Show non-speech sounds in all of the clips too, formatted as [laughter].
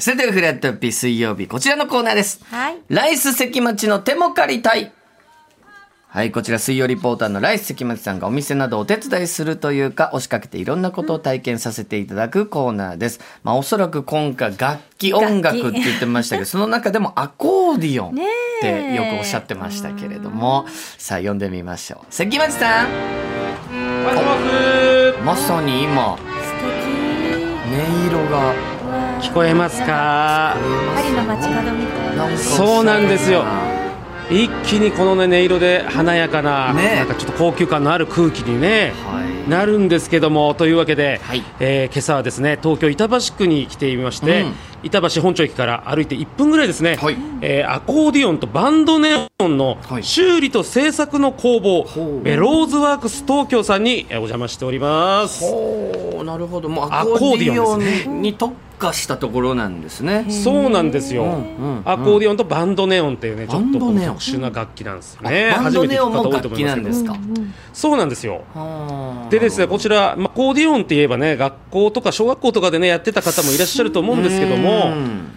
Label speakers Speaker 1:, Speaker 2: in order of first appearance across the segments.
Speaker 1: すぐフレットピ水曜日、こちらのコーナーです。
Speaker 2: はい
Speaker 1: ライス関町の手も借りたい。はい、こちら水曜リポーターのライス関町さんがお店などお手伝いするというか、押しかけていろんなことを体験させていただくコーナーです。まあ、おそらく今回楽器音楽って言ってまし
Speaker 2: [laughs]
Speaker 1: たけど、その中でもアコーディオンってよくおっしゃってましたけれども、さあ、読んでみましょう。関町さん
Speaker 3: もしもし
Speaker 1: まさに今、
Speaker 2: 素
Speaker 1: 音色が、
Speaker 2: 敵わ
Speaker 3: 聞こえますか
Speaker 2: パリの街角みたいな
Speaker 1: か
Speaker 3: そうなんですよ一気にこのね音色で華やかな,、
Speaker 1: ね
Speaker 3: なんかちょっと高級感のある空気にね、
Speaker 1: はい
Speaker 3: なるんですけどもというわけで、
Speaker 1: はい
Speaker 3: えー今朝はですね東京板橋区に来ていまして、
Speaker 1: うん
Speaker 3: 板橋本町駅から歩いて1分ぐらいですね、
Speaker 1: はい
Speaker 3: えーアコーディオンとバンドネオンの
Speaker 1: はい
Speaker 3: 修理と制作の工房、
Speaker 1: ほう
Speaker 3: ベローズワークス東京さんにえーお邪魔しております。
Speaker 1: おーなるほどもうア
Speaker 3: ア
Speaker 1: コ
Speaker 3: コ
Speaker 1: ー
Speaker 3: ー
Speaker 1: デ
Speaker 3: デ
Speaker 1: ィ
Speaker 3: ィ
Speaker 1: オ
Speaker 3: オ
Speaker 1: ン
Speaker 3: ンですね
Speaker 1: に特化したところなんですね。
Speaker 3: そうなんですよ、
Speaker 1: ん
Speaker 3: アコーディオンとバンドネオンっていうねちょっ
Speaker 1: バ
Speaker 3: とこ
Speaker 1: ンド
Speaker 3: の
Speaker 1: ネオン
Speaker 3: 特殊な楽器なんですよね
Speaker 1: バンドネオンも
Speaker 3: 初めて聞く方多いと
Speaker 1: 楽
Speaker 3: 思
Speaker 1: 器
Speaker 3: いま
Speaker 1: な
Speaker 3: す
Speaker 1: ん
Speaker 3: けど
Speaker 1: ですか。
Speaker 3: そうなんですよ
Speaker 1: はー
Speaker 3: でですねこちら、まあ、アコーディオンって言えばね学校とか小学校とかでねやってた方もいらっしゃると思うんですけど
Speaker 1: う
Speaker 3: も
Speaker 1: ん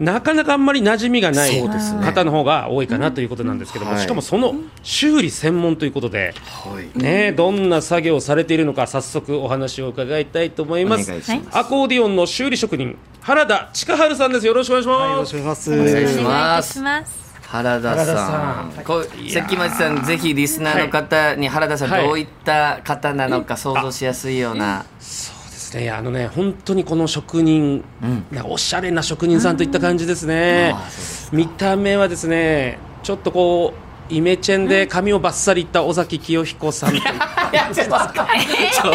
Speaker 3: なかなかあんまり馴染みがない
Speaker 1: そうですね
Speaker 3: 方の方が多いかなということなんですけど
Speaker 1: うん
Speaker 3: も
Speaker 1: はい
Speaker 3: しかもその修理専門ということで
Speaker 1: はい
Speaker 3: ねどんな作業をされているのか早速お話を伺いたいと思い
Speaker 1: お
Speaker 3: ま
Speaker 1: 願い
Speaker 3: す
Speaker 1: します。
Speaker 3: アコーディオンの修理職人原田千春さんですよろしくお願いします、
Speaker 4: よろしくお願いします。
Speaker 1: お願い
Speaker 2: お
Speaker 1: し
Speaker 2: 願いいたし
Speaker 1: ます。
Speaker 2: ます
Speaker 1: 原田さん、こう関町さんぜひリスナーの方に原田さん
Speaker 3: はい
Speaker 1: どういった方なのか想像しやすいような。
Speaker 3: そうですねいやあのね本当にこの職人、なんかおしゃれな職人さんといった感じですね
Speaker 1: ああそうです、
Speaker 3: 見た目はですねちょっとこうイメチェンで髪をバッサリいった尾崎清彦さんという
Speaker 1: いやちょっとわかん
Speaker 2: 髪を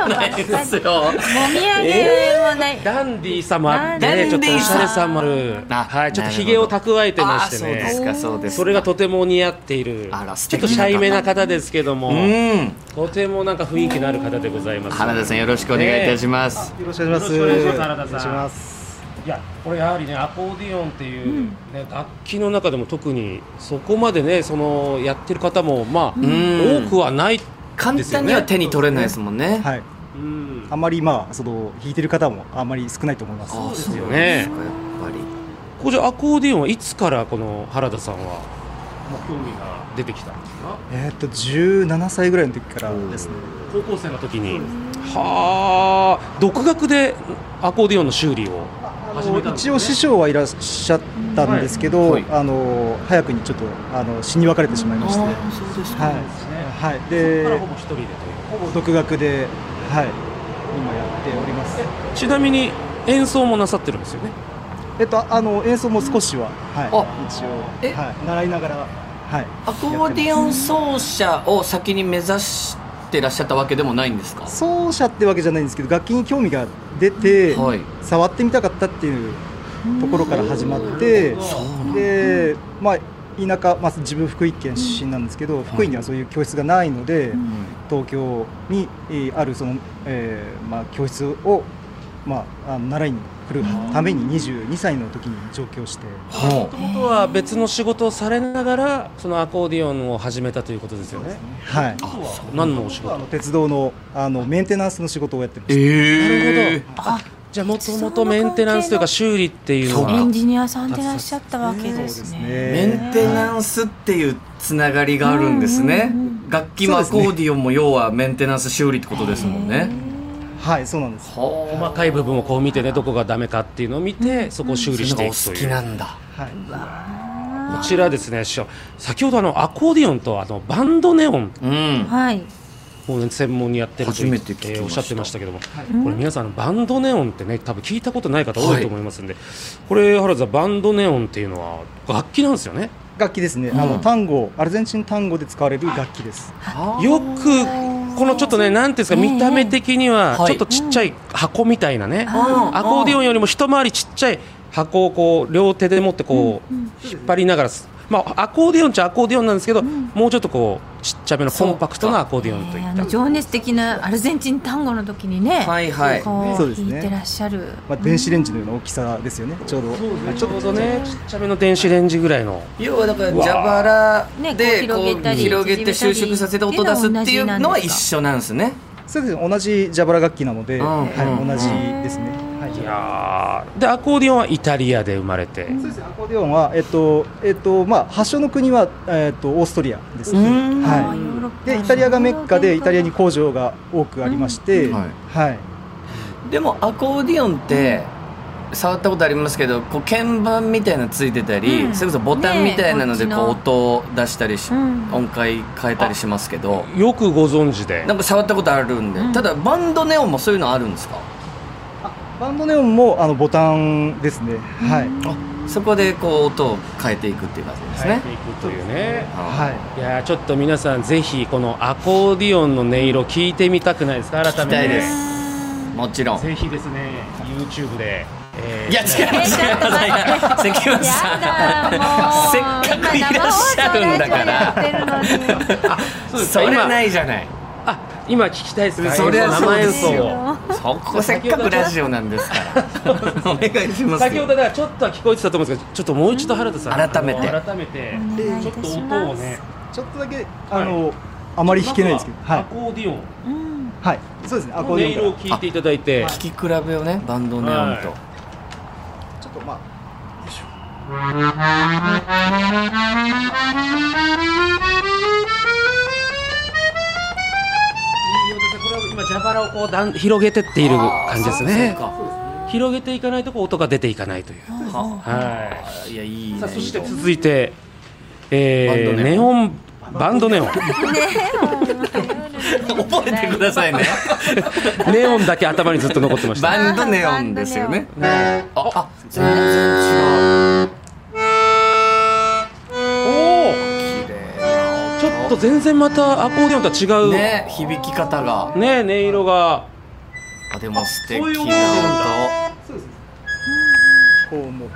Speaker 2: バ
Speaker 1: な
Speaker 2: ッサ
Speaker 1: いで
Speaker 2: リ
Speaker 1: すよ。
Speaker 2: もみあげもない
Speaker 3: ダンディーさもあって
Speaker 1: ダンディ
Speaker 3: ちょっ
Speaker 1: ー
Speaker 3: とおしゃれさもある
Speaker 1: あ
Speaker 3: はい、ちょっ
Speaker 1: な
Speaker 3: と
Speaker 1: るほど
Speaker 3: ひげを蓄えてま
Speaker 1: あ
Speaker 3: して
Speaker 1: そうです
Speaker 3: ね
Speaker 1: かそうですか。
Speaker 3: それがとても似合っている
Speaker 1: あら素
Speaker 3: ちょ
Speaker 1: 敵
Speaker 3: っ
Speaker 1: な
Speaker 3: と
Speaker 1: 方
Speaker 3: シャイめな方ですけども、
Speaker 1: うん
Speaker 3: とてもなんか雰囲気のある方でございます
Speaker 1: 原田さんよろしくお願いいたします。
Speaker 4: よろしくお願いします。
Speaker 3: よろしくお願いします原田さん
Speaker 4: お願いします。
Speaker 3: いやこれやはりねアコーディオンっていう、ね楽器の中でも特にそこまでねそのやってる方もまあ、
Speaker 1: ん
Speaker 3: 多くはない、
Speaker 1: 簡単には手に取れないですもんね。
Speaker 4: はい。
Speaker 3: うん
Speaker 4: あんまりまあその弾いてる方もあんまり少ないと思います。
Speaker 1: あ
Speaker 3: です
Speaker 1: そ
Speaker 3: よね
Speaker 1: うですかやっぱり。
Speaker 3: これアコーディオンはいつからこの原田さんは興味が出てきたんですか
Speaker 4: えーっと17歳ぐらいの時からですね。
Speaker 3: 高校生の時にはあ独学でアコーディオンの修理を始めたんです
Speaker 4: 一
Speaker 3: ね
Speaker 4: 応師匠はいらっしゃったんですけど、
Speaker 1: はいはい
Speaker 4: あの早くにちょっとあの死に別れてしまいまして、はい
Speaker 1: あそうです
Speaker 4: はい
Speaker 3: そこから
Speaker 4: で
Speaker 3: ほぼ一人でという
Speaker 4: ほぼ独学ではい今やっております。
Speaker 3: ちなみに演奏もなさってるんですよね
Speaker 4: えっとあの演奏も少しははい
Speaker 1: あ
Speaker 4: 一
Speaker 1: え
Speaker 4: 応はい習いながらはい。
Speaker 1: アコーディオン奏者を先に目指してらっしゃったわけでもないんですか。
Speaker 4: 奏者ってわけじゃないんですけど楽器に興味が出て、
Speaker 1: はい
Speaker 4: 触ってみたかったっていうところから始まって
Speaker 1: そうなんだ
Speaker 4: で、まあ、田舎、まあ、自分福井県出身なんですけど、福井にはそういう教室がないので、東京にえーあるその、えーまあ、教室を、まあ、あの習いに来るために22歳の時に上京して
Speaker 1: ほ
Speaker 3: もともとは別の仕事をされながらそのアコーディオンを始めたということですよね。
Speaker 4: はい
Speaker 3: 何のお仕
Speaker 4: あの
Speaker 3: 事？
Speaker 4: 鉄道のあのメンテナンスの仕事をやってま
Speaker 1: う。
Speaker 4: し
Speaker 1: え
Speaker 3: なる
Speaker 1: え。
Speaker 3: ほど。あじゃあもともとメンテナンスというか修理っていうの
Speaker 2: エ
Speaker 3: は
Speaker 2: ンジニアさんでいらっしゃったわけです
Speaker 4: そうです
Speaker 2: ね
Speaker 4: ね
Speaker 1: メンテナンスっていうつながりがあるんですね。楽器もアコーディオンも要はメンテナンス修理ってことですもんね。
Speaker 4: たはいそうなんです、
Speaker 1: は
Speaker 3: 細かい部分をこう見てねどこがダメかっていうのを見てそこを修理してい
Speaker 1: お
Speaker 3: くと
Speaker 1: 好
Speaker 3: い
Speaker 1: き
Speaker 3: う。
Speaker 1: な
Speaker 3: こ
Speaker 1: んだ。
Speaker 4: はい、
Speaker 3: ちらですね師匠先ほどあのアコーディオンとあのバンドネオン
Speaker 1: うん。
Speaker 2: はい
Speaker 3: をね専門にやってると
Speaker 1: 初めて聞きました
Speaker 3: えーおっしゃってましたけども、これ皆さんバンドネオンってね多分聞いたことない方多いと思いますんで、これ原田さんバンドネオンっていうのは楽器なんですよね。
Speaker 4: 楽器ですね、あの単語アルゼンチン単語で使われる楽器です
Speaker 3: よくこのちょっとねなんていうんですか見た目的には
Speaker 1: はい
Speaker 3: ちょっとちっちゃい箱みたいなね
Speaker 1: あー
Speaker 3: アコーディオンよりも一回りちっちゃい箱をこう両手で持ってこう引っ張りながらすまあアコーディオンっちゃアコーディオンなんですけどもうちょっとこうちっちゃめのコンパクトなアコーディオンとい
Speaker 2: えー
Speaker 3: っ
Speaker 2: あ
Speaker 3: た
Speaker 2: の情熱的なアルゼンチン単語の時にね、
Speaker 1: はいはい
Speaker 2: こ
Speaker 4: そううです
Speaker 2: 弾
Speaker 4: ね
Speaker 2: いてらっしゃる。
Speaker 4: まあ、電子レンジのような大きさですよねちょうどまあ
Speaker 3: ち
Speaker 4: ちょ
Speaker 3: ょ
Speaker 4: っと
Speaker 3: うどねちっちゃめの電子レンジぐらいの
Speaker 1: 要はだから蛇腹
Speaker 2: ね
Speaker 1: で
Speaker 2: こう
Speaker 1: こ
Speaker 2: 広げた
Speaker 1: う
Speaker 2: り
Speaker 1: 広げ
Speaker 2: 縮め
Speaker 1: て
Speaker 2: た
Speaker 1: 収
Speaker 2: り
Speaker 1: 縮させて音出すっていうのは一緒なんですね。
Speaker 4: そうですね同じジャバラ楽器なので、
Speaker 1: うん
Speaker 4: は
Speaker 1: う
Speaker 4: い、
Speaker 1: ん
Speaker 4: 同じですね、はい
Speaker 3: いやーでアコーディオンはイタリアで生まれて、
Speaker 4: そうですねアコーディオンは、えっとえっとまあ、発祥の国は、えっと、オーストリアですね、
Speaker 1: うん
Speaker 4: は
Speaker 2: ヨーロッパ
Speaker 4: い、でイタリアがメッカでイタリアに工場が多くありまして、
Speaker 1: うんはい
Speaker 4: はい、
Speaker 1: でもアコーディオンって触ったことありますけどこう鍵盤みたいなのついてたり、
Speaker 2: うん
Speaker 1: それこそボタンみたいなので
Speaker 2: ねえ
Speaker 1: こう
Speaker 2: こっち
Speaker 1: 音を出したりし、
Speaker 2: うん
Speaker 1: 音階変えたりしますけど
Speaker 3: よくご存知で
Speaker 1: なんか触ったことあるんで、
Speaker 2: うん
Speaker 1: ただバンドネオンもそういうのあるんですか
Speaker 4: バンドネオンもあのボタンですね、はい
Speaker 1: そこでこう音を変えていくっていう感じですね、
Speaker 3: ていくというね
Speaker 1: あ
Speaker 4: はい
Speaker 3: やーちょっと皆さんぜひこのアコーディオンの音色聞いてみたくないですか改めて
Speaker 1: 聞きたいですーもちろん
Speaker 3: ぜひですね YouTube で、えー
Speaker 1: いや
Speaker 2: え
Speaker 1: 違い [laughs] ま
Speaker 2: ちょ
Speaker 1: す違
Speaker 2: っ
Speaker 1: い
Speaker 2: と待って
Speaker 1: ます関
Speaker 2: や
Speaker 1: 口さんせっ
Speaker 2: だもう
Speaker 1: かくいらっしゃるんだから
Speaker 2: 今生放送ラジオやってるのに
Speaker 3: そうです
Speaker 1: そ
Speaker 3: か
Speaker 1: れ
Speaker 3: 今
Speaker 1: ないじゃない
Speaker 3: あ今聞きたいですか
Speaker 1: そりゃそうですよ
Speaker 3: 生演奏を
Speaker 1: そこせっかくラジオなんですから [laughs] お願いします
Speaker 3: 先ほどだからちょっとは聞こえてたと思うんですけどちょっともう一度原田さん、
Speaker 1: うん改めて
Speaker 3: あの改めて
Speaker 2: お願いい
Speaker 3: ちょ
Speaker 2: た
Speaker 3: っと
Speaker 2: し
Speaker 3: 音
Speaker 2: ま
Speaker 3: を
Speaker 2: す
Speaker 3: ね
Speaker 4: ちょっとだけあの、あまり弾けないですけど、
Speaker 3: まずは
Speaker 4: は
Speaker 3: アコーディオン
Speaker 2: [laughs] うん
Speaker 4: い、はい、そうですねアコ
Speaker 3: の音
Speaker 4: ーディ
Speaker 3: 色
Speaker 4: オン
Speaker 3: を聞いていただいて
Speaker 1: 聞き比べをねバンドネオンと、
Speaker 3: は
Speaker 4: からちょっとまあ
Speaker 3: いい音ですねこれは今蛇腹をこうだん広げてっている感じですね
Speaker 1: あーそうか
Speaker 3: 広げていかないとこう音が出ていかないという、
Speaker 1: は
Speaker 3: はい
Speaker 1: いやいいね
Speaker 3: さあそして続いて、え
Speaker 1: バンド
Speaker 3: ー、
Speaker 1: ネ
Speaker 3: ネオンバンドネオン
Speaker 1: 覚えてくださいね
Speaker 3: ネオンだけ頭にずっと残ってまし
Speaker 1: [laughs]
Speaker 3: た
Speaker 1: バンドネオンですよねああ全然違う
Speaker 3: おお
Speaker 1: 綺麗な
Speaker 3: ちょっと全然またアコーディオンとは違うね
Speaker 1: ね響き方が
Speaker 3: ね音色が
Speaker 1: あでも素敵
Speaker 3: そうい
Speaker 1: な
Speaker 3: う音
Speaker 1: 音
Speaker 4: こうもう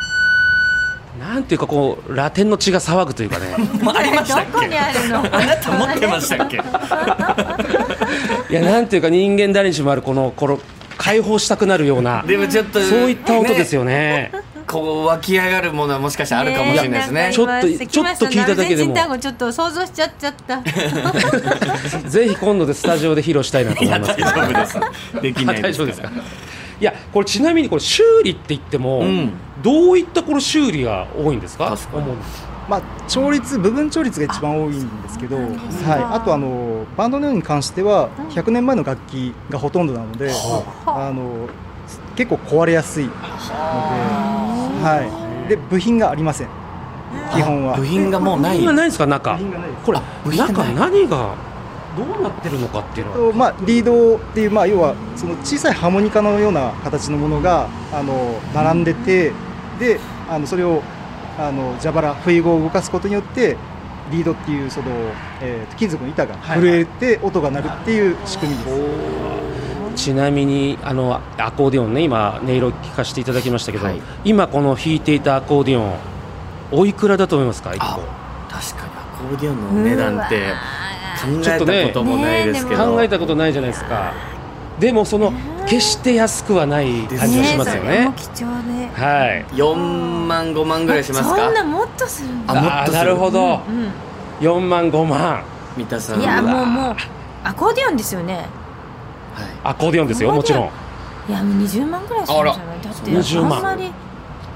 Speaker 3: なんていうかこうラテンの血が騒ぐというか
Speaker 1: [laughs]
Speaker 3: ね
Speaker 1: もうありましたっ
Speaker 2: どこにあるの
Speaker 1: あなた持ってましたっけ
Speaker 3: いやなんていうか人間誰にしもあるこのこの解放したくなるような
Speaker 1: [laughs] でもちょっと
Speaker 3: そういった音ですよね
Speaker 1: ねこう湧き上がるものはもしかしたらあるかもしれないですね
Speaker 3: ちょっとちょっと聞いただけ
Speaker 2: アルゼ
Speaker 3: でも
Speaker 2: ンチン単語ちょっと想像しちゃっちゃった。
Speaker 3: ぜひ今度でスタジオで披露したいなと
Speaker 1: い
Speaker 3: 思
Speaker 1: や
Speaker 3: います
Speaker 1: 大丈夫です
Speaker 3: けど
Speaker 1: できない
Speaker 3: 大丈夫ですかいやこれちなみにこれ修理って言っても、
Speaker 1: うん
Speaker 3: どういったこの修理が多いんですか
Speaker 1: 確かに
Speaker 3: 主に
Speaker 4: まあ、調律部分調律が一番多いんですけど
Speaker 2: あ
Speaker 4: あ,、
Speaker 2: そうなんですね
Speaker 4: はい、あとあのバンドのように関しては
Speaker 2: うん
Speaker 4: 100年前の楽器がほとんどなので、
Speaker 2: あ
Speaker 4: あの結構壊れやすいので,、はい、で部品がありません基本は
Speaker 1: 部品がもうない
Speaker 3: 今ないんですか中
Speaker 4: がないです
Speaker 3: これ
Speaker 1: あ部品
Speaker 3: 中
Speaker 1: ない
Speaker 3: 何がどうなってるのかっていうのは
Speaker 4: とまあ、リードっていう、まあ、要はその小さいハーモニカのような形のものがあの並んでてであのそれをあの蛇腹不意語を動かすことによってリードっていうその、えーと金属の板が震えて音が鳴るっていう仕組みです。
Speaker 3: ちなみにあのアコーディオンね今音色聞かせていただきましたけど、
Speaker 1: はい
Speaker 3: 今この弾いていたアコーディオンおいくらだと思いますか一
Speaker 1: あ
Speaker 3: 個
Speaker 1: 確かにアコーディオンの値段って考えたこともないですけど、
Speaker 3: 考えたことないじゃないですかでもその決して安くはない感じがしますよ
Speaker 2: それ
Speaker 3: ね
Speaker 2: も貴重で。
Speaker 3: はい
Speaker 1: 4万5万ぐらいします
Speaker 2: そんな
Speaker 1: か
Speaker 2: もっとするんだ。
Speaker 1: あもっ
Speaker 3: あ
Speaker 1: と
Speaker 3: ー
Speaker 1: する
Speaker 3: なるほど
Speaker 2: う
Speaker 3: 4万5万
Speaker 1: 三田さ
Speaker 2: ん。
Speaker 1: ん
Speaker 2: いや
Speaker 1: は
Speaker 2: もうもうアコーディオンですよね。
Speaker 1: はい
Speaker 3: アコーディオンですよ
Speaker 2: アコ
Speaker 3: も
Speaker 2: ー
Speaker 3: ち
Speaker 2: ディオン
Speaker 3: ろん
Speaker 2: いやもう20万ぐらいするんじゃないだって
Speaker 3: 20万
Speaker 2: あんまり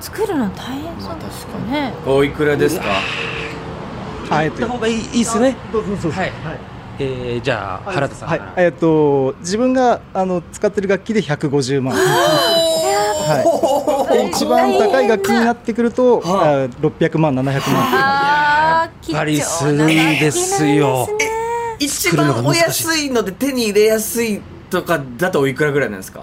Speaker 2: 作るの大変そうですよね、
Speaker 1: おいくらですか
Speaker 4: あえ
Speaker 3: 行
Speaker 4: っ
Speaker 3: った
Speaker 4: と
Speaker 3: 方がいいいいですね
Speaker 4: どうぞどうぞ
Speaker 3: はい
Speaker 4: はい
Speaker 3: えーじゃあ原田さん
Speaker 4: はい、えっと自分があの使ってる楽器で150万、はい、で一番高い楽器になってくると、
Speaker 1: は
Speaker 4: あ600万700万
Speaker 2: あー貴重な
Speaker 3: やっぱりするんですよ
Speaker 2: 楽器なんで
Speaker 1: 一番お安いので手に入れやすいとかだとおいくらぐらいなんですか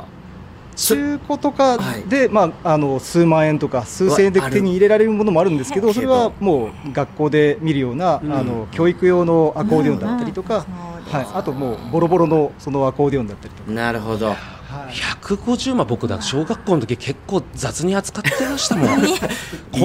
Speaker 4: 中古とかで、まあ、あの数万円とか数千円で
Speaker 1: うわある
Speaker 4: 手に入れられるものもあるんですけ
Speaker 1: へ
Speaker 4: ど
Speaker 1: え
Speaker 4: それはもう学校で見るような、
Speaker 3: うん
Speaker 4: あの教育用のアコーディオンだったりとか、
Speaker 2: うんうんそうです
Speaker 4: はい、あともうボロボロのそのアコーディオンだったりとか、
Speaker 1: なるほど
Speaker 4: はい
Speaker 3: 150万僕だ小学校の時結構雑に扱ってましたもんこ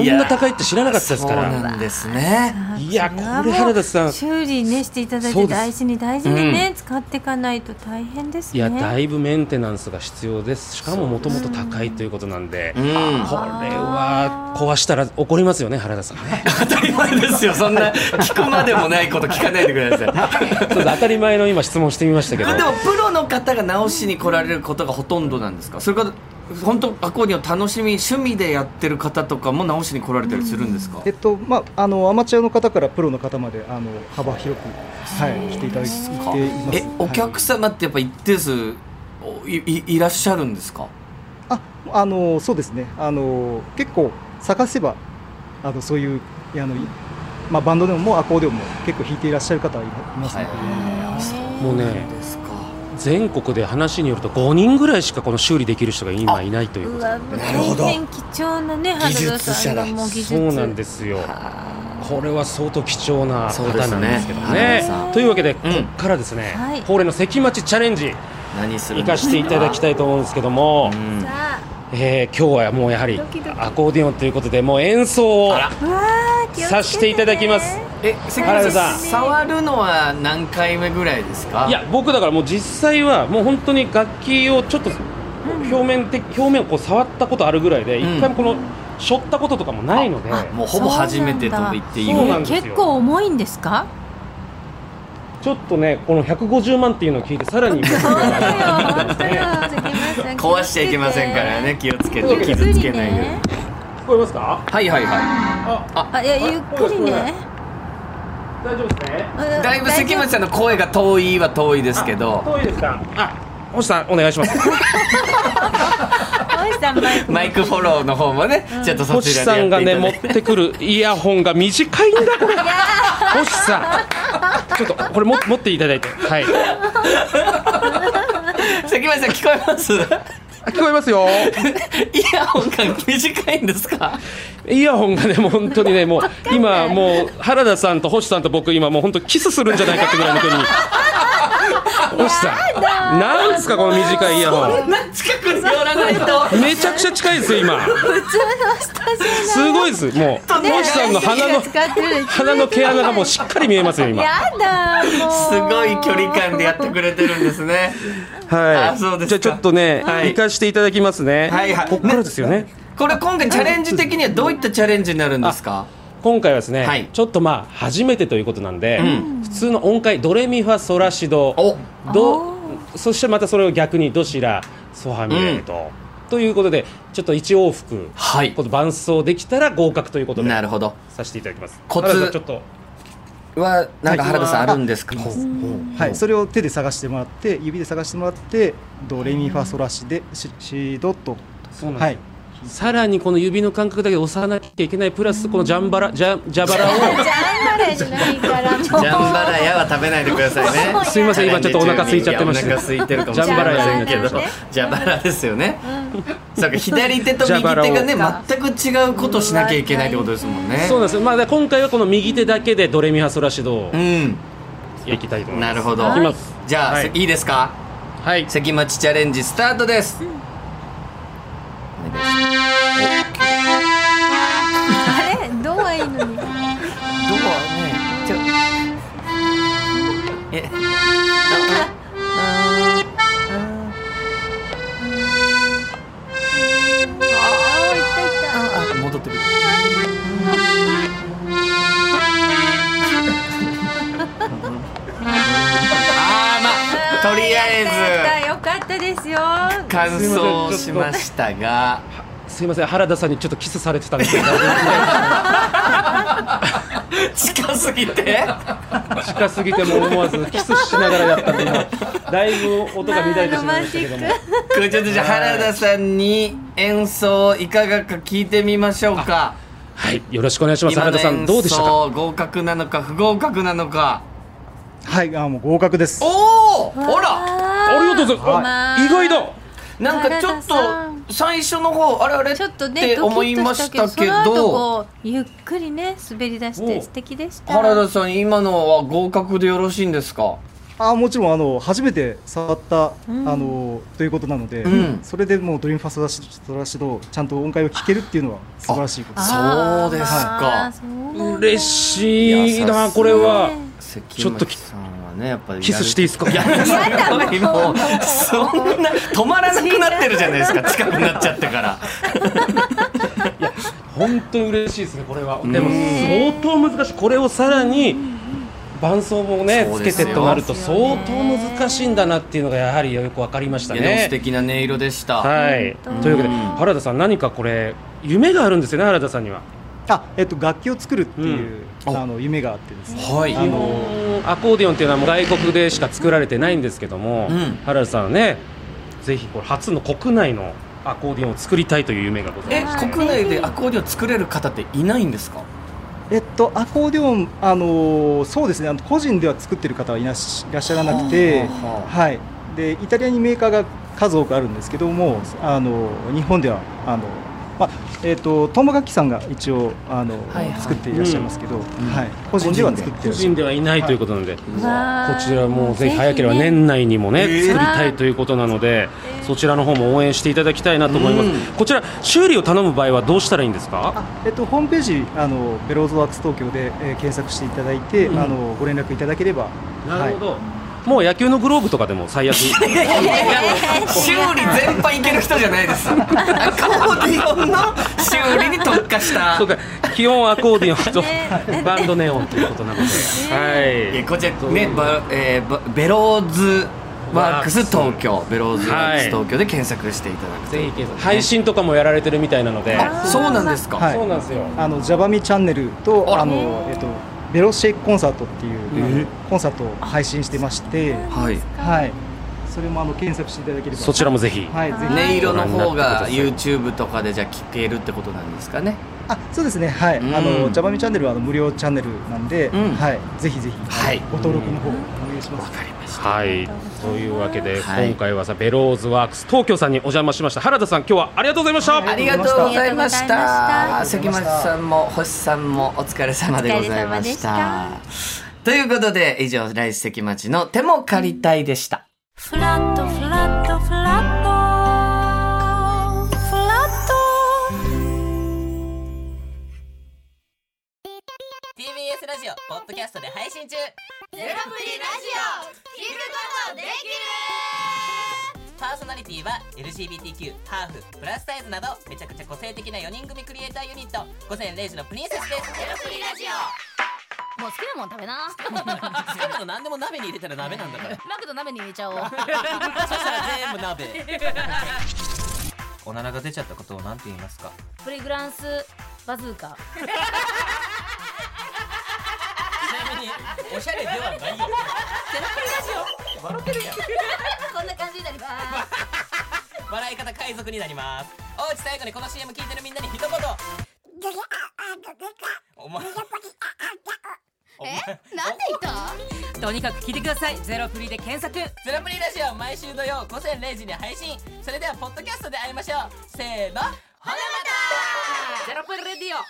Speaker 3: んな高いって知らなかったですから
Speaker 1: そうなんですね。
Speaker 3: いや
Speaker 2: そはもう
Speaker 3: これ原田さん
Speaker 2: 修理ねしていただい
Speaker 3: そ
Speaker 2: て
Speaker 3: うです
Speaker 2: 大事に大事にね、使っていかないと大変です
Speaker 3: い
Speaker 2: ね
Speaker 3: やだいぶメンテナンスが必要ですしかももともと高いということなんで、
Speaker 1: うん、
Speaker 3: これは壊したら怒りますよね原田さんね
Speaker 1: 当たり前ですよ。そんな聞くまでもないこと聞かないでください。
Speaker 3: ちょっと当たり前の今質問してみましたけど
Speaker 1: でもプロの方が直しに来られることがほとんどなんですか。それから本当アコーディオン楽しみ趣味でやってる方とかも直しに来られたりするんですか。
Speaker 4: えっとまあ、あのアマチュアの方からプロの方まであの幅広く、はい、来ていただいています
Speaker 1: えお客様ってやっぱ一定数おいいいらっしゃるんですか。
Speaker 4: ああのそうですねあの結構探せばあのそういうあの、いまあ、バンドでももうアコーディオンも結構弾いていらっしゃる方いますので、
Speaker 3: もうね
Speaker 1: ですか。
Speaker 3: 全国で話によると5人ぐらいしかこの修理できる人が今いないという
Speaker 2: う
Speaker 3: こと
Speaker 2: わ大変貴重なね原田さんがもう技術
Speaker 3: そうなんですよこれは相当貴重な方なんですけど
Speaker 1: そうですね原
Speaker 3: ね
Speaker 1: 田さん
Speaker 3: というわけで、こ
Speaker 1: ん
Speaker 3: こからですね、
Speaker 2: はい
Speaker 3: 恒例の関町チャレンジ
Speaker 1: 何する
Speaker 3: 生
Speaker 1: んで
Speaker 3: か
Speaker 1: す
Speaker 3: していただきたいと思うんですけども、
Speaker 1: うん
Speaker 2: さあ
Speaker 3: えー今日はもうやはり
Speaker 2: ドキドキ
Speaker 3: アコーディオンということでもう演奏を
Speaker 1: あら
Speaker 2: うわー気をつけてね
Speaker 3: させていただきます
Speaker 1: え、関
Speaker 3: 原
Speaker 1: 口
Speaker 3: 田
Speaker 1: さ
Speaker 3: さ
Speaker 1: ん
Speaker 3: ん
Speaker 1: 触るのは何回目ぐらいですか
Speaker 3: いや僕だからもう実際はもう本当に楽器をちょっと表面的表面をこう触ったことあるぐらいで
Speaker 1: うん
Speaker 3: 一回もこのしょったこととかもないので
Speaker 1: あもうほぼ初めてと言っていい
Speaker 3: そう
Speaker 1: ぐら [laughs]
Speaker 3: ないんですよ
Speaker 2: 結構重いんですか
Speaker 3: ちょっとねこの150万っていうのを聞いてさら [laughs] に
Speaker 2: 本当よ本当よ関町さん
Speaker 1: 壊しちゃいけませんからね気をつけて
Speaker 2: 気をつけて
Speaker 1: 傷つけないよう
Speaker 2: ゆっくりね
Speaker 1: に
Speaker 3: 聞こえますか
Speaker 1: はいはいは
Speaker 3: あ
Speaker 2: あいやゆっくりね
Speaker 3: 大丈夫ですね
Speaker 1: いだいぶ関町さんの声が遠いは遠いですけど
Speaker 3: 遠いですかあ星さんお願いします
Speaker 2: 大石さんマイク
Speaker 1: マイクフォローの方もねちょっとそ
Speaker 3: [laughs] 星
Speaker 1: ちら
Speaker 3: さ
Speaker 1: でや
Speaker 3: んが
Speaker 1: ってい
Speaker 3: ね
Speaker 1: た
Speaker 3: 持
Speaker 1: だ
Speaker 3: っ
Speaker 1: いて
Speaker 3: てくるイヤホンが短いんだこれ星さんちょっとこれも持っていただいてはい
Speaker 1: [laughs] 関町さん聞こえます
Speaker 3: あ聞こえますよ
Speaker 1: [laughs] イヤホンが短いんです [laughs] か
Speaker 3: イヤホンがね、もう本当にね、もう今、もう原田さんと星さんと僕、今、もう本当、キスするんじゃないかってぐらいの距離に、星さん、なんですか、この短いイヤホ
Speaker 1: こんな近くに寄らないと
Speaker 3: ン、めちゃくちゃ近いですよ、今、
Speaker 2: 普通のスタジオ
Speaker 3: すごいです、もう、
Speaker 1: ね
Speaker 3: 星さんの鼻の
Speaker 2: 使ってる
Speaker 3: 鼻の毛穴がもうしっかり見えますよ、今。
Speaker 2: やだもう
Speaker 1: [laughs] すごい距離感でやってくれてるんですねあそう
Speaker 3: は
Speaker 1: で
Speaker 3: い、
Speaker 1: すか
Speaker 3: じゃあちょっとね、
Speaker 1: はい
Speaker 3: 行かしていただきますね、
Speaker 1: はいはい
Speaker 3: ここからですよね、
Speaker 1: これ今回チャレンジ的にはどういったチャレンジになるんですか
Speaker 3: 今回はですね、
Speaker 1: はい
Speaker 3: ちょっとまあ初めてということなんで、
Speaker 1: うん
Speaker 3: 普通の音階ドレミファソラシド
Speaker 1: お
Speaker 3: どそしてまたそれを逆にどしらソファミレと、ということでちょっと一往復
Speaker 1: はい
Speaker 3: この伴奏できたら合格ということで
Speaker 1: なるほど
Speaker 3: させていただきます
Speaker 1: コツ
Speaker 3: 原田さんちょっと
Speaker 1: はなんか原田さんあるんですか
Speaker 4: はい、それを手で探してもらって指で探してもらってドレミファソラシでシシドと、
Speaker 3: そうなんです
Speaker 4: はい、
Speaker 3: さらにこの指の感覚だけ押さなきゃいけないプラスこのジャンバラジャジャ
Speaker 1: [laughs]
Speaker 3: バラ
Speaker 2: ジャンバラじゃないからもう
Speaker 1: ジャンバラヤは食べないでくださいね
Speaker 3: を [laughs] すいません今ちょっとお腹空いちゃってまし
Speaker 1: やお腹
Speaker 3: た
Speaker 1: 空いてるかもしれ
Speaker 3: ジャンバラヤ
Speaker 1: ませんけど
Speaker 2: ジャンバラヤね
Speaker 1: ジャバラですよね
Speaker 2: うん
Speaker 1: そうか左手と右手がね全く違うことしなきゃいけないってことですもんね
Speaker 3: そうなんですまあだから今回はこの右手だけでドレミファソラシドを
Speaker 1: う
Speaker 3: やりたいと思
Speaker 1: ん
Speaker 3: います
Speaker 1: なるほど
Speaker 3: いきます
Speaker 1: じゃあ、
Speaker 3: はい
Speaker 1: い、いですか
Speaker 3: はい
Speaker 1: 関町チャレンジスタートです、お願いします
Speaker 2: あれドアいいのに
Speaker 1: どこねちょえ
Speaker 2: あいったいった
Speaker 1: あ戻ってくるあーまあとりあえ
Speaker 2: よかったですよ
Speaker 1: ず完走しましたが
Speaker 3: すいません原田さんにちょっとキスされてたんですけど
Speaker 1: 近すぎて
Speaker 3: 近すぎても思わずキスしながらやったんで今だいぶ音が乱れてしまいましたけども、
Speaker 2: まあロマン
Speaker 1: これちょっとじゃあ原田さんに演奏いかがか聞いてみましょうか
Speaker 3: はいよろしくお願いします
Speaker 1: 今
Speaker 3: 原
Speaker 1: の
Speaker 3: 田さん
Speaker 1: 演
Speaker 3: どうでしたか
Speaker 1: 奏合格なのか不合格なのか
Speaker 4: はい、あもう合格です
Speaker 1: おおほら
Speaker 3: ありがとうございます、あ意外
Speaker 2: だ
Speaker 3: だ
Speaker 1: なんかちょっ
Speaker 2: 原田さん
Speaker 1: と最初の方あれあれっ
Speaker 2: ちょっとね
Speaker 1: て思いましたけ
Speaker 2: ドキッとしたけどその後
Speaker 1: ど
Speaker 2: こうゆっくりね滑り出して
Speaker 3: お
Speaker 2: 素敵でした
Speaker 1: 原田さん今のは合格でよろしいんですか
Speaker 4: あもちろんあの初めて触った、
Speaker 2: うん
Speaker 4: あのということなので、
Speaker 1: うん
Speaker 4: それでもうドリームファーストラシドラシドをちゃんと音階を聴けるっていうのは素晴らしいことです。
Speaker 2: あー
Speaker 1: そうですか
Speaker 2: あーそうなんだ
Speaker 3: 嬉しい
Speaker 1: いや
Speaker 3: な
Speaker 1: さすが
Speaker 3: これは
Speaker 1: ちょっとさんはねやっぱり
Speaker 3: キスしていいですか
Speaker 1: いや
Speaker 3: [laughs]
Speaker 2: だ
Speaker 1: やりもうそんな止まらなくなってるじゃない [laughs] ですか近くなっちゃってから
Speaker 3: 本当に嬉しいですねこれは
Speaker 1: ん
Speaker 3: でも相当難しいこれをさらに伴奏もね
Speaker 1: そう
Speaker 3: つ
Speaker 1: で
Speaker 3: け
Speaker 1: すよ
Speaker 3: てとなると相当難しいんだなっていうのがやはりよく分かりました
Speaker 1: いやでも素
Speaker 3: ね
Speaker 1: 敵な音色でした、
Speaker 3: はい
Speaker 2: 本当
Speaker 3: というわけで
Speaker 1: うん
Speaker 3: 原田さん何かこれ夢があるんですよね原田さんには
Speaker 4: あえっと楽器を作るっていう、
Speaker 1: うん
Speaker 4: あの夢があってですね。
Speaker 1: はい
Speaker 4: あ
Speaker 3: あ
Speaker 4: の
Speaker 3: のアコーディオンっていうのはもう外国でしか作られてないんですけども、
Speaker 1: うん
Speaker 3: 原田さんはねぜひこれ初の国内のアコーディオンを作りたいという夢がござい
Speaker 1: え
Speaker 3: ます
Speaker 2: はい
Speaker 1: 国内でアコーディオン作れる方っていないんですか
Speaker 4: えっとアコーディオンあのそうですねあの個人では作ってる方はいらっしいらっしゃらなくて、
Speaker 1: はあはあ
Speaker 4: はいでイタリアにメーカーが数多くあるんですけどもあの日本ではあのまあえっとトンボ楽器さんが一応あの、
Speaker 1: はいはい
Speaker 4: 作っていらっしゃいますけど、はい個人では作って
Speaker 3: 個
Speaker 4: らっしゃ
Speaker 3: 人
Speaker 4: る
Speaker 3: ではいないということなので、こ
Speaker 2: わー
Speaker 3: ちらもぜひ早ければ
Speaker 2: ぜひね
Speaker 3: 年内にもね、
Speaker 1: えー
Speaker 3: 作りたいということなので、
Speaker 2: えー
Speaker 3: そちらの方も応援していただきたいなと思います、
Speaker 1: うん
Speaker 3: こちら修理を頼む場合はどうしたらいいんですか
Speaker 4: あえっとホームページあのベローズワークス東京で、えー検索していただいて、
Speaker 3: うん
Speaker 4: あのご連絡いただければはい、
Speaker 3: ど、もう野球のグローブとかでも
Speaker 1: [laughs]
Speaker 3: 最悪
Speaker 1: 修理全般いける人じゃないですアコーディオンの修理に特化した [laughs]
Speaker 3: そうか気温アコーディオンと、
Speaker 2: ね
Speaker 3: バンドネオンということなので、はい
Speaker 1: いやこちらねバ、えーバベローズワークス東京ベローズワークス東京で検索していただくと
Speaker 3: ぜひ配信とかもやられてるみたいなので、
Speaker 1: あそうなんですか、
Speaker 4: はい
Speaker 3: そうなんですよ。
Speaker 4: あのジャバミチャンネルと
Speaker 1: あら
Speaker 4: あの、えっと、ベロシェイクコンサートってい
Speaker 1: え
Speaker 4: うコンサートを配信してまして、
Speaker 1: はい
Speaker 4: はい、それもあの検索していただければ
Speaker 3: そちらもぜひ、
Speaker 4: はい、ぜひ、
Speaker 1: 音色の方が
Speaker 3: ご覧に
Speaker 1: YouTube とかでじゃあ聞けるってことなんですかね
Speaker 4: あそうですね、はい、
Speaker 1: うん
Speaker 4: あのジャバミチャンネルはあの無料チャンネルなんで、
Speaker 1: うん
Speaker 4: はい、ぜひぜひ、
Speaker 1: はい
Speaker 4: ご登録の方お願いします。
Speaker 1: わかりました
Speaker 3: はい、というわけで、
Speaker 1: はい
Speaker 3: 今回はさベローズワークス東京さんにお邪魔しました原田さん今日はありがとうございました、
Speaker 4: はい
Speaker 1: ありがとうございまし
Speaker 2: あ
Speaker 1: た。
Speaker 4: りがとう
Speaker 1: 関
Speaker 4: ございました
Speaker 1: 町さんも星さんもお疲れ様でございました。ということで以上来世関町の手も借りたいでした。
Speaker 2: フラットフラットフラットフラット
Speaker 5: TBS ラジオポッドキャストで配信中ゼロプリラジオ聞くことできるパーソナリティは LGBTQ ハーフプラスサイズなどめちゃくちゃ個性的な4人組クリエイターユニット午前0時のプリンセスですゼロプリラジオ
Speaker 6: もう好きなもん食べな。
Speaker 7: [laughs]
Speaker 5: 好きなの何でも鍋に入れたら鍋なんだ [laughs] から
Speaker 6: マクド鍋に入れ
Speaker 7: [laughs]
Speaker 6: ちゃおう。
Speaker 5: そしたら全部 [laughs] 鍋おならが出ちゃったことを何て言いますか
Speaker 6: プリグランスバズーカ。
Speaker 5: ちなみにおしゃれではないよゼロプリラジオ笑ってるやん
Speaker 6: こんな感じになります。
Speaker 5: 笑い方海賊になりますおうち最後にこの CM 聞いてるみんなに一言お前お前
Speaker 6: なんで言った？
Speaker 7: とにかく聞いてくださいゼロプリで検索
Speaker 5: ゼロプリラジオ毎週土曜午前0時に配信それではポッドキャストで会いましょうせーのほなまた
Speaker 7: ゼロプリレディオ